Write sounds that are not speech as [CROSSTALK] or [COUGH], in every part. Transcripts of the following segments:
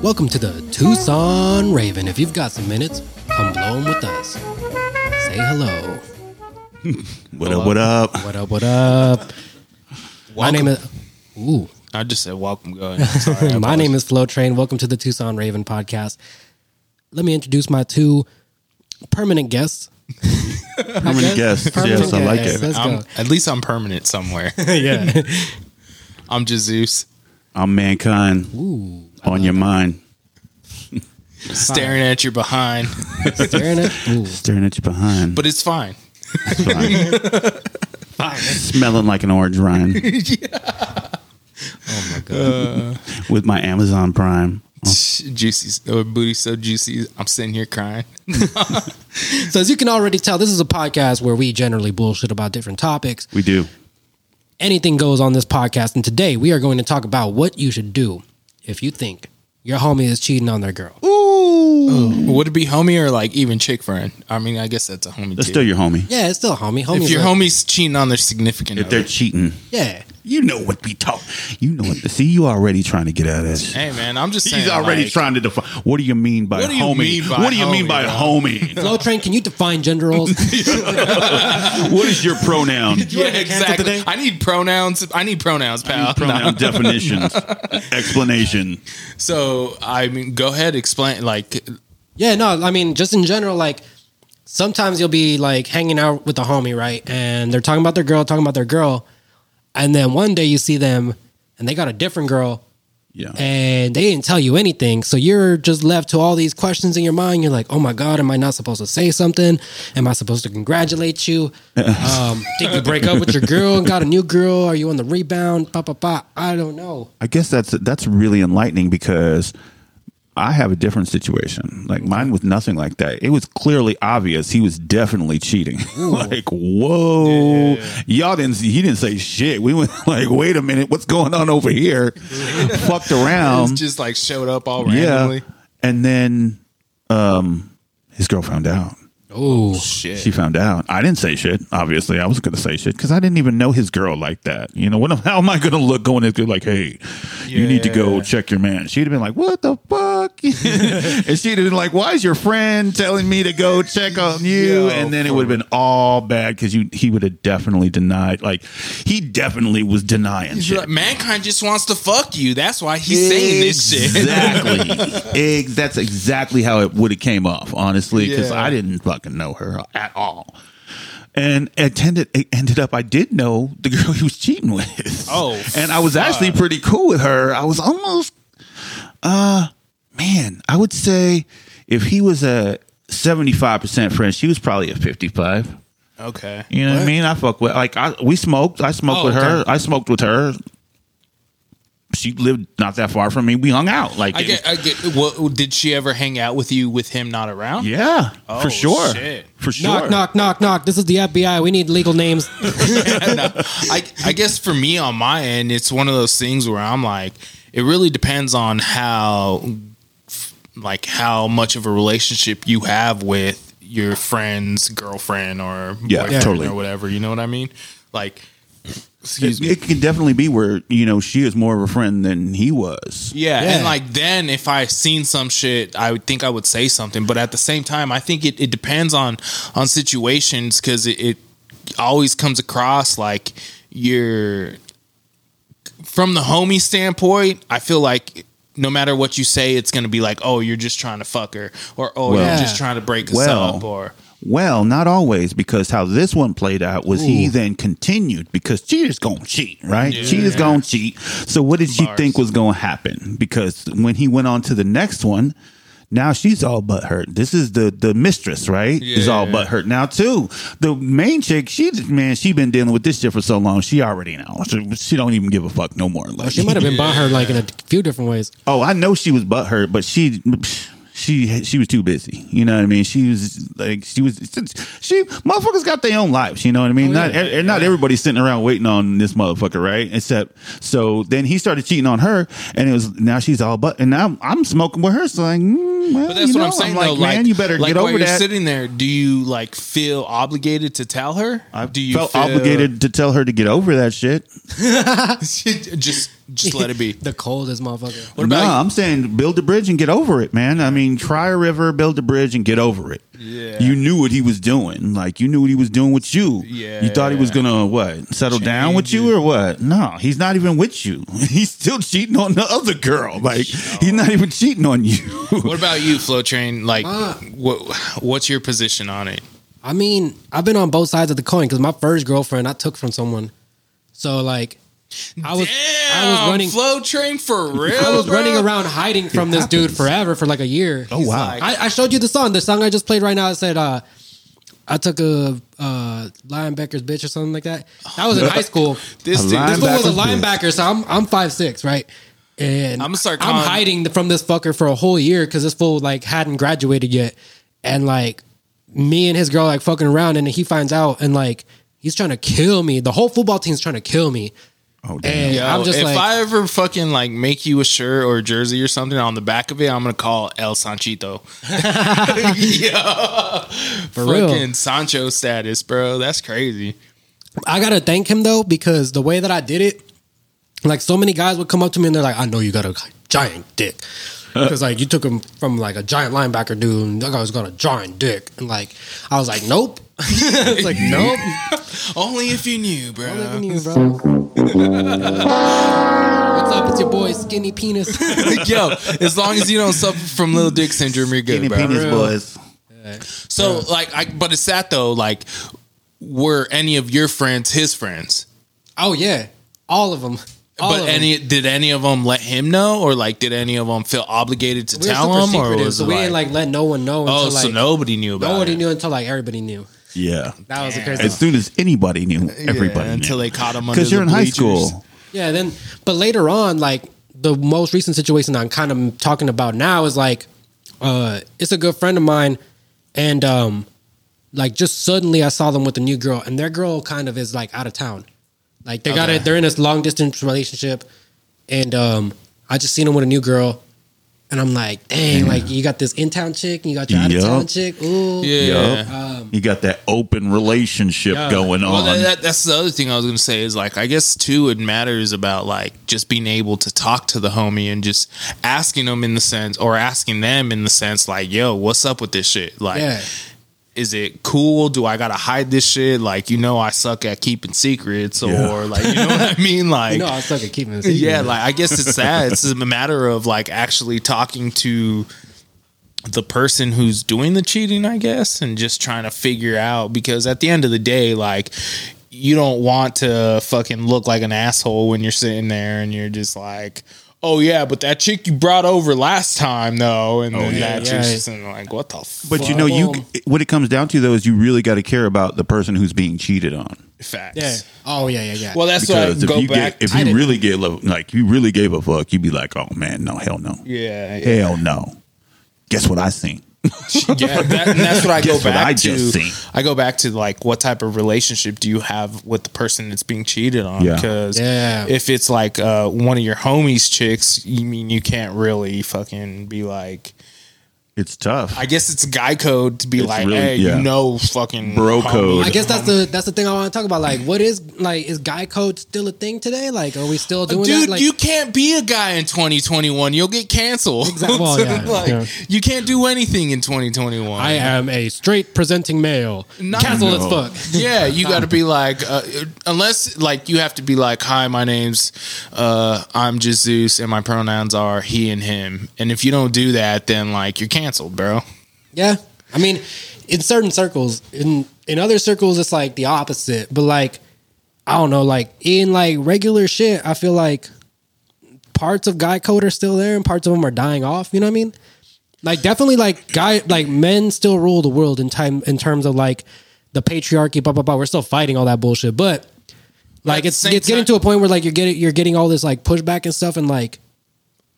Welcome to the Tucson Raven. If you've got some minutes, come blow 'em with us. Say hello. What up? What up? [LAUGHS] What up? What up? My name is. Ooh. I just said welcome. Go ahead. [LAUGHS] Sorry, I My name apologize. is Flow Train. Welcome to the Tucson Raven podcast. Let me introduce my two permanent guests. Permanent guest. Permanent [LAUGHS] Yes, I like guest. it. Let's I'm, go. at least I'm permanent somewhere. [LAUGHS] [LAUGHS] yeah. I'm Jesus, I'm mankind. [LAUGHS] Ooh. On your mind, staring at you behind, Staring at. Ooh. staring at you behind, but [LAUGHS] it's fine. It's fine. smelling like an orange rind [LAUGHS] Oh my Uh, god. with my Amazon Prime. Juicy, or booty so juicy. I'm sitting here crying. So as you can already tell, this is a podcast where we generally bullshit about different topics. We do. anything goes on this podcast. And today we are going to talk about what you should do if you think your homie is cheating on their girl. Would it be homie or like even chick friend? I mean, I guess that's a homie. That's too. still your homie. Yeah, it's still a homie. Homie, if your homie's cheating on their significant If they're other, cheating, yeah. you know what we talk. You know what. See, you already trying to get out of this. hey man, I'm just saying. He's already like, trying to define. What do you mean by What do you homie? mean by what do you mean homie, by bro? [LAUGHS] homie? Low train, can you define gender roles? what is your [LAUGHS] pronoun? Yeah, wanna get canceled exactly. today? I need pronouns. I need pronouns, pal. [LAUGHS] Pronoun definitions, explanation. So I mean, go ahead, explain. Like, yeah, no, I mean, just in general, like sometimes you'll be like hanging out with a homie, right? And they're talking about their girl, talking about their girl. And then one day you see them and they got a different girl Yeah. and they didn't tell you anything. So you're just left to all these questions in your mind. You're like, oh my God, am I not supposed to say something? Am I supposed to congratulate you? Um, did you break up with your girl and got a new girl? Are you on the rebound? Ba, ba, ba. I don't know. I guess that's that's really enlightening because I have a different situation. Like mine was nothing like that. It was clearly obvious he was definitely cheating. [LAUGHS] like whoa, y'all didn't he didn't say shit. We went [LAUGHS] like, wait a minute, what's going on over [LAUGHS] here? Fucked it's around, just like showed up all Um, yeah. randomly. And then um, his girl found out. Oh, Shit. She found out. I didn't say shit. Obviously, I wasn't going to say shit because I didn't even know his girl like that. You know what? am- [LAUGHS] How am I going to look going into like, hey, you need to go Yeah. check your man? She'd have been like, what the fuck? [LAUGHS] and she'd have been like, why is your friend telling me to go check on you? Yo, and then it for would have been all bad because you he would have definitely denied. Like he definitely was denying He's shit. like, mankind just wants to fuck you. That's why he's saying this [LAUGHS] shit. [LAUGHS] Exactly. Ex- that's exactly how it would have came off, honestly, because Yeah. I didn't fucking know her at all. And it tended, it ended up, I did know the girl [LAUGHS] he was cheating with. Oh, and I was actually pretty cool with her. I was almost, uh, man, I would say if he was a 75% friend, she was probably a 55. Okay. You know what I mean? I fuck with like I we smoked. I smoked Oh, with her. okay. I smoked with her. She lived not that far from me. We hung out. Like I get. I get. Well, did she ever hang out with you with him not around? [LAUGHS] yeah, Oh, for sure, shit. for sure. knock, knock, knock, knock. This is the FBI. We need legal names. I, I guess for me on my end, it's one of those things where I'm like, it really depends on how, like, how much of a relationship you have with your friend's girlfriend or Yeah, boyfriend totally. or whatever. You know what I mean? Like, excuse It, me. it can definitely be where you know she is more of a friend than he was. Yeah, Yeah. and like then if I seen some shit, I would think I would say something. But at the same time, I think it, it depends on on situations because it, it always comes across like you're from the homie standpoint. I feel like no matter what you say, it's gonna be like, oh, you're just trying to fuck her, or oh, Well- you're just trying to break us Well- up, or Well, not always, because how this one played out was he then continued because cheaters gonna cheat, right? Cheaters gonna cheat. So what did she Bars. think was gonna happen? Because when he went on to the next one, now she's all but hurt. This is the the mistress, right? Is all Yeah. but hurt now too. The main chick, she man, she been dealing with this shit for so long. She already know. She, she don't even give a fuck no more. Like, She might have been by her like in a few different ways. oh, I know she was but hurt, but she. she she was too busy. You know what I mean? She was like she was she motherfuckers got their own lives. You know what I mean? Oh, not yeah. and not everybody's sitting around waiting on this motherfucker, right? Except so then he started cheating on her, and it was now she's all but and now I'm smoking with her. So like, mm, well, But you that's what know, I'm saying like, though. man, like, you better like get while over you're that. sitting there, do you like feel obligated to tell her? I do you felt feel- obligated to tell her to get over that shit. [LAUGHS] just just let it [LAUGHS] be. the coldest motherfucker. What no, about you? I'm saying build a bridge and get over it, man. I mean, try a river, build a bridge, and get over it. Yeah. You knew what he was doing. Like you knew what he was doing with you. Yeah. You thought he was gonna what? Settle down with you Change it. or what? No, he's not even with you. [LAUGHS] He's still cheating on the other girl. Like he's not even cheating on you. [LAUGHS] What about you, Flow Train? Like, Uh. what what's your position on it? I mean, I've been on both sides of the coin because my first girlfriend I took from someone. So like, I was I was running Flow Train for real. I was bro? running around hiding from this dude forever for like a year. oh wow. like- I, I showed you the song. The song I just played right now. It said, uh, "I took a uh, linebacker's bitch" or something like that. That was in high school. This A dude, This this fool was a Linebacker's bitch. linebacker, so I'm I'm five six, right? And I'ma start I'm calling- hiding from this fucker for a whole year because this fool like hadn't graduated yet, and like me and his girl like fucking around, and he finds out, and like he's trying to kill me. The whole football team's trying to kill me. oh damn. And Yo, I'm just if like, I ever fucking like make you a shirt or a jersey or something on the back of it, I'm gonna call El [LAUGHS] Sanchito. [LAUGHS] Yo, for real. fucking Sancho status, bro. That's crazy. I gotta thank him though because the way that I did it, like so many guys would come up to me and they're like, "I know you got a giant dick," because like you took him from like a giant linebacker dude, and that guy's got a giant dick, and like I was like, "Nope." [LAUGHS] it's [LAUGHS] like nope. Only if you knew, bro. I'm leaving you, bro. What's up? It's your boy, Skinny Penis. [LAUGHS] [LAUGHS] Yo, as long as you don't suffer from little dick syndrome, you're good, Skinny bro. penis boys. So like, I but it's that though. Like, were any of your friends his friends? oh yeah, all of them. All but of 'em. any did any of them let him know, or like did any of them feel obligated to we were tell super him, or secretive, was so it we like, didn't like let no one know until oh, like so nobody knew about nobody it knew until like everybody knew. Yeah. That was the crazy. As soon as anybody knew, everybody Yeah, until knew. they caught him under Because you're the in high bleachers. school. Yeah, then but later on, like the most recent situation I'm kind of talking about now is like uh it's a good friend of mine and um like just suddenly I saw them with a new girl and their girl kind of is like out of town. Like they got Okay. it they're in this long distance relationship and um I just seen them with a new girl and I'm like, dang, like you got this in town chick and you got your out of town Yup. chick. Ooh. Yeah. Yup. you got that open relationship Yeah. going on. Well, that, that, that's the other thing I was going to say is like, I guess too, it matters about like just being able to talk to the homie and just asking them in the sense, or asking them in the sense, like, yo, what's up with this shit? Like, Yeah. is it cool? Do I gotta hide this shit? Like, you know, I suck at keeping secrets, or Yeah. like, you know what [LAUGHS] I mean? Like, You know, I suck at keeping this. [LAUGHS] yeah, like I guess it's that. It's a matter of like actually talking to the person who's doing the cheating, I guess, and just trying to figure out because at the end of the day, like you don't want to fucking look like an asshole when you're sitting there and you're just like, oh yeah, but that chick you brought over last time though, and then Oh, yeah. that chick's Yeah. just in like, what the fuck? But you know, you Well- what it comes down to though is you really got to care about the person who's being cheated on. facts. Yeah. Oh yeah, yeah, yeah. Well, that's why I Because if go you back. get, if I you didn't- really get lo- like you really gave a fuck, you'd be like, oh man, no, hell no, yeah, yeah. hell no. Guess what I seen? yeah, that, and that's what I [LAUGHS] go Guess what back I to. just seen. I go back to like what type of relationship do you have with the person that's being cheated on? Yeah. Because Yeah. if it's like uh, one of your homies' chicks, you mean you can't really fucking be like. It's tough. I guess it's guy code to be It's like, really- hey, yeah. you know, fucking Bro homie." code. I guess that's the that's the thing I want to talk about. Like, what is like is guy code still a thing today? Like, are we still doing Dude, that? Like, you can't be a guy in 2021. You'll get canceled. Exact- well, [LAUGHS] So, yeah, like, yeah. You can't do anything in 2021. I am a straight presenting male, No. cancel as No. fuck. yeah, [LAUGHS] you got to be like, uh, unless like you have to be like, hi, my name's, uh, I'm Jesus, and my pronouns are he and him. And if you don't do that, then like you're canceled, bro. Yeah, I mean, in certain circles, in in other circles, it's like the opposite. But like, I don't know. Like in like regular shit, I feel like parts of guy code are still there, and parts of them are dying off. You know what I mean? Like definitely, like guy, like men still rule the world in time in terms of like the patriarchy. Blah blah blah. We're still fighting all that bullshit, but like the it's same it's getting time- to a point where like you're getting you're getting all this like pushback and stuff, and like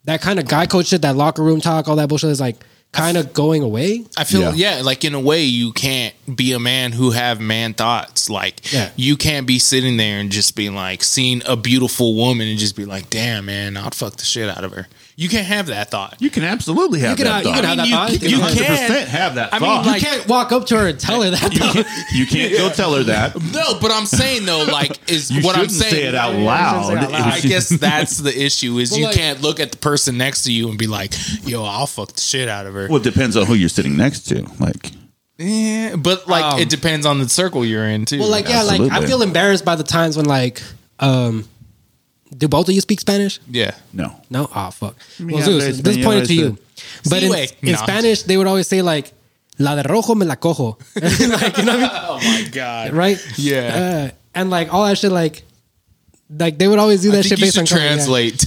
that kind of guy code shit, that locker room talk, all that bullshit is like kind of going away. I feel Yeah. yeah. like in a way you can't be a man who have man thoughts. Like Yeah. you can't be sitting there and just being like seeing a beautiful woman and just be like, damn man, I'll fuck the shit out of her. You can't have that thought. You can absolutely have can- that you thought. can have that thought. You You can 100% can. have that I mean, thought. You Like- can't walk up to her and tell her that. though. you can't [LAUGHS] go tell her that. No, but I'm saying though, like is You what I'm shouldn't saying. say it out Yeah, you shouldn't loud. say it out loud. I guess that's the issue [LAUGHS] is Well, you like- can't look at the person next to you and be like, "Yo, I'll fuck the shit out of her." Well, it depends on who you're sitting next to. Like, Yeah, but like Um, it depends on the circle you're in too. Well, like yeah, like I Absolutely. feel embarrassed by the times when like, um, do both of you speak Spanish? yeah, no. No, ah, fuck. Mi Well, habla Zeus, this is español, pointed to este. you. But in, Sí, güey. in No. Spanish, they would always say like, "La de rojo me la cojo," [LAUGHS] like, you know what I Oh my god! mean? right? Yeah. Uh, and like all that shit, like, like they would always do that I shit think you based on should color, yeah. translate.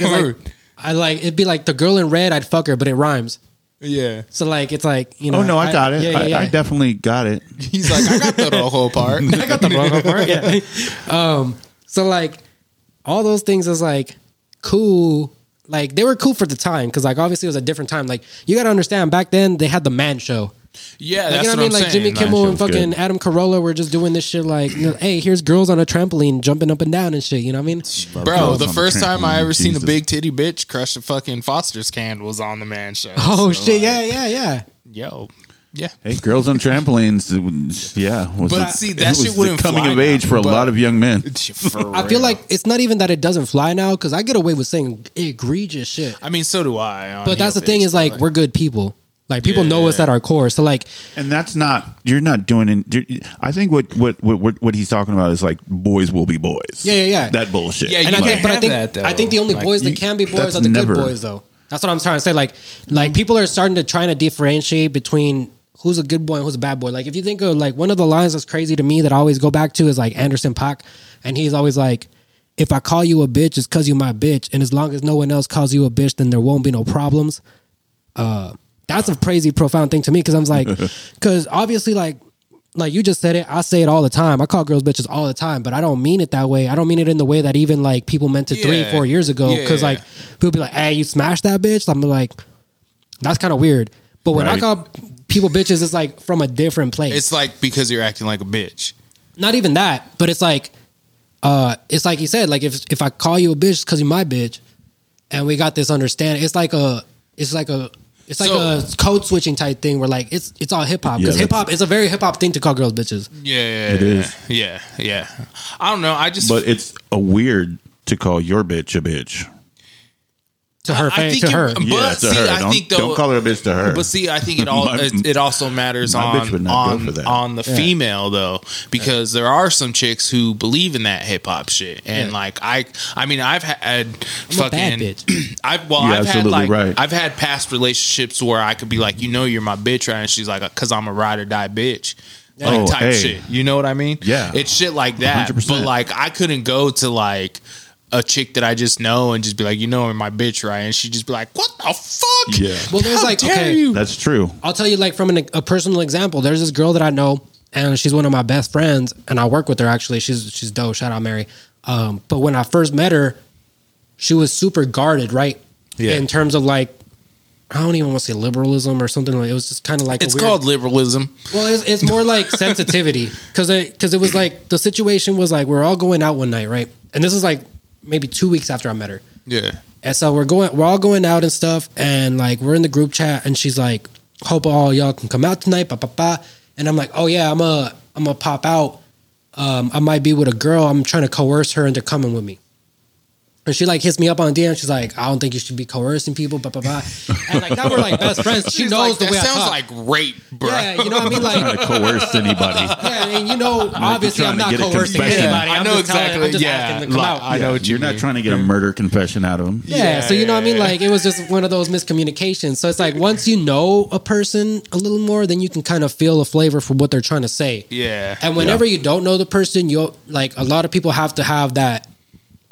It's like, I like it'd be like the girl in red, I'd fuck her, but it rhymes. yeah, So like it's like you know. Oh, no, I got it. Yeah, yeah, yeah. I, I definitely got it. he's like, I [LAUGHS] got the rojo part. I got the wrong part. Yeah. Um, so like all those things is like cool. Like they were cool for the time because like obviously it was a different time. Like you got to understand back then they had the man show. [LAUGHS] Yeah, Like, that's you know what I what, mean? Like I'm saying. Jimmy like, Kimmel and show's fucking good. Adam Carolla were just doing this shit like, you know, hey, here's girls on a trampoline jumping up and down and shit. You know what I mean? Bro, Girls the on first time I trampoline, ever seen a Jesus. big titty bitch crush a fucking Foster's can was on the Man Show. Oh So, shit! like, Yeah, yeah, yeah. yo, [LAUGHS] yeah. Hey, girls on trampolines. it was- Yeah, was But a- see, it that was shit the wouldn't coming fly of age now, for a but- lot of young men. For I real. feel like it's not even that it doesn't fly now because I get away with saying egregious shit. I mean, so do I. on But that's the heel thing bitch, is like but- we're good people. Like people know us at our core. So like And that's not you're not doing. In, you're, I think what, what what what what he's talking about is like boys will be boys. Yeah, yeah, yeah. That bullshit. Yeah, and I you think, can't but I have think that, though. I think the only Like, boys that you- can be boys that's are the never- good boys though. That's what I'm trying to say. Like Mm. like people are starting to trying to differentiate between who's a good boy and who's a bad boy. Like if you think of like one of the lines that's crazy to me that I always go back to is like Anderson Pac, and he's always like. If I call you a bitch, it's cause you my bitch, and as long as no one else calls you a bitch, then there won't be no problems. that's a crazy profound thing to me because I'm like, because obviously like like you just said it, I say it all the time. I call girls bitches all the time, but I don't mean it that way. I don't mean it in the way that even like people meant it three, Yeah. four years ago. Yeah, Because yeah, like yeah. people be like, "Hey, you smashed that bitch." I'm like, that's kind of weird. But when I Right. call people bitches, it's like from a different place. it's like because you're acting like a bitch. Not even that, but it's like, uh, it's like you said, like if if I call you a bitch because you're my bitch, and we got this understanding, it's like a, it's like a. It's like So- a code switching type thing where like it's it's all hip hop because Yeah, hip hop is a very hip hop thing to call girls bitches. Yeah, It is. Yeah, yeah. I don't know. I just but it's a weird to call your bitch a bitch. to her I fa- think to it- her. But Yeah, to see, her. I don't, think though- don't call her a bitch to her. But see, [LAUGHS] I think it all My- it, it also matters my bitch would on not go for on that. on the female though, because there are some chicks who believe in that hip hop shit, and Yeah. like I, I mean, I've had a fucking, bad I've well, You're I've had absolutely like right. I've had past relationships where I could be like, you know, you're my bitch, right? And she's like, because I'm a ride or die bitch. Like Oh, type hey. shit, you know what I mean? Yeah. it's shit like that. 100%. But like, I couldn't go to like a chick that I just know and just be like, you know, you're my bitch, right? And she would just be like, what the fuck? Yeah. Well, there's How like dare okay, you? that's [LAUGHS] true. I'll tell you like from an, a personal example. There's this girl that I know, and she's one of my best friends, and I work with her actually. She's she's dope. Shout out Mary. Um, but when I first met her, she was super guarded, right? Yeah. In terms of like, I don't even want to say liberalism or something. Like, it was just kind of like a It's weird- called liberalism. Well, it's, it's more [LAUGHS] like sensitivity because because it was like the situation was like we're all going out one night, right? And this is like maybe two weeks after I met her. Yeah. And so we're going, we're all going out and stuff, and like we're in the group chat, and she's like, "Hope all y'all can come out tonight." Ba ba ba. And I'm like, "Oh yeah, I'm a, I'm gonna pop out. Um, I might be with a girl. I'm trying to coerce her into coming with me." And she like hits me up on DM. She's like, "I don't think you should be coercing people." Ba ba ba. And like now we're like [LAUGHS] best friends. She She's knows like, the that way sounds I talk. like rape, bro. yeah, you know what I mean? Like. Trying to coerce anybody. Yeah, and you know, obviously, trying I'm not to get a coercing confession. anybody. Yeah, I'm I know just telling- exactly. I'm just Yeah, asking them to come out. like, I know what you You're not mean. trying to get a murder confession out of him. Yeah, so you know what I mean? Like it was just one of those miscommunications. So it's like once you know a person a little more, then you can kind of feel a flavor for what they're trying to say. Yeah. And whenever you don't know the person, you'll like a lot of people have to have that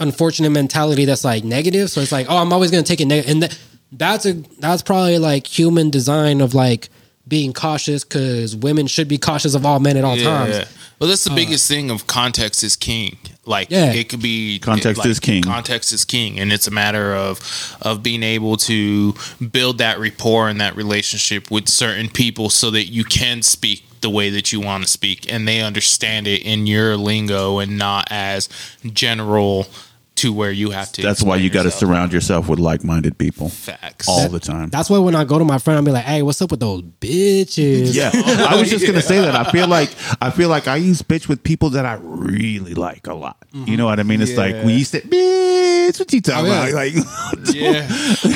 unfortunate mentality that's like negative. So it's like, oh, I'm always gonna take it negative. And th- that's a that's probably like human design of like being cautious because women should be cautious of all men at all times. Uh, Well, that's the biggest thing of context is king. Like Yeah. it could be Context like, is king. Context is king, and it's a matter of of being able to build that rapport and that relationship with certain people, so that you can speak the way that you want to speak, and they understand it in your lingo and not as general to where you have to. That's why explain you got to yourself. surround yourself with like-minded people facts. all the time. That's why when I go to my friend, I'll be like, hey, what's up with those bitches? Yeah, [LAUGHS] I was just gonna say that. I feel like I feel like I use bitch with people that I really like a lot. You know what I mean? It's like we used to bitch. What you talking Oh, yeah. about? Like yeah,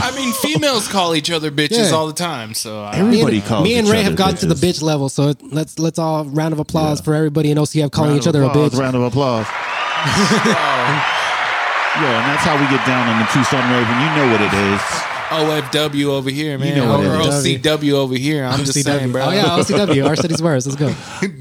I mean, females call each other bitches Yeah. all the time. So I, Me Every- and, Everybody calls me and each Ray other have gotten to the bitches. bitch level, so it- let's let's all round of applause for everybody in OCF [LAUGHS] calling Round each of other applause, a bitch. Round of [LAUGHS] applause. Yeah, and that's how we get down on the Tucson Raven. You know what it is. OFW over here, man. know what it or is. OCW over here. I'm just saying, bro. Oh yeah, OCW, our city's worst. Let's go.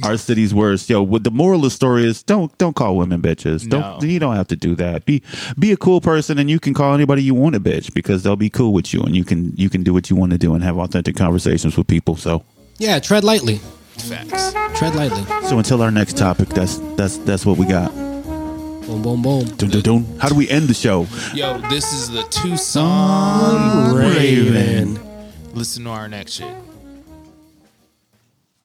Our city's worst. Yo, what the moral of the story is don't don't call women bitches. Don't No. you don't have to do that. Be be a cool person and you can call anybody you want a bitch because they'll be cool with you and you can you can do what you want to do and have authentic conversations with people. So Yeah, tread lightly. Facts. Tread lightly. so until our next topic, that's that's that's what we got. Boom, boom, boom. Dun, dun, dun. How do we end the show? Yo, this is the Tucson. Raven. Listen to our next shit.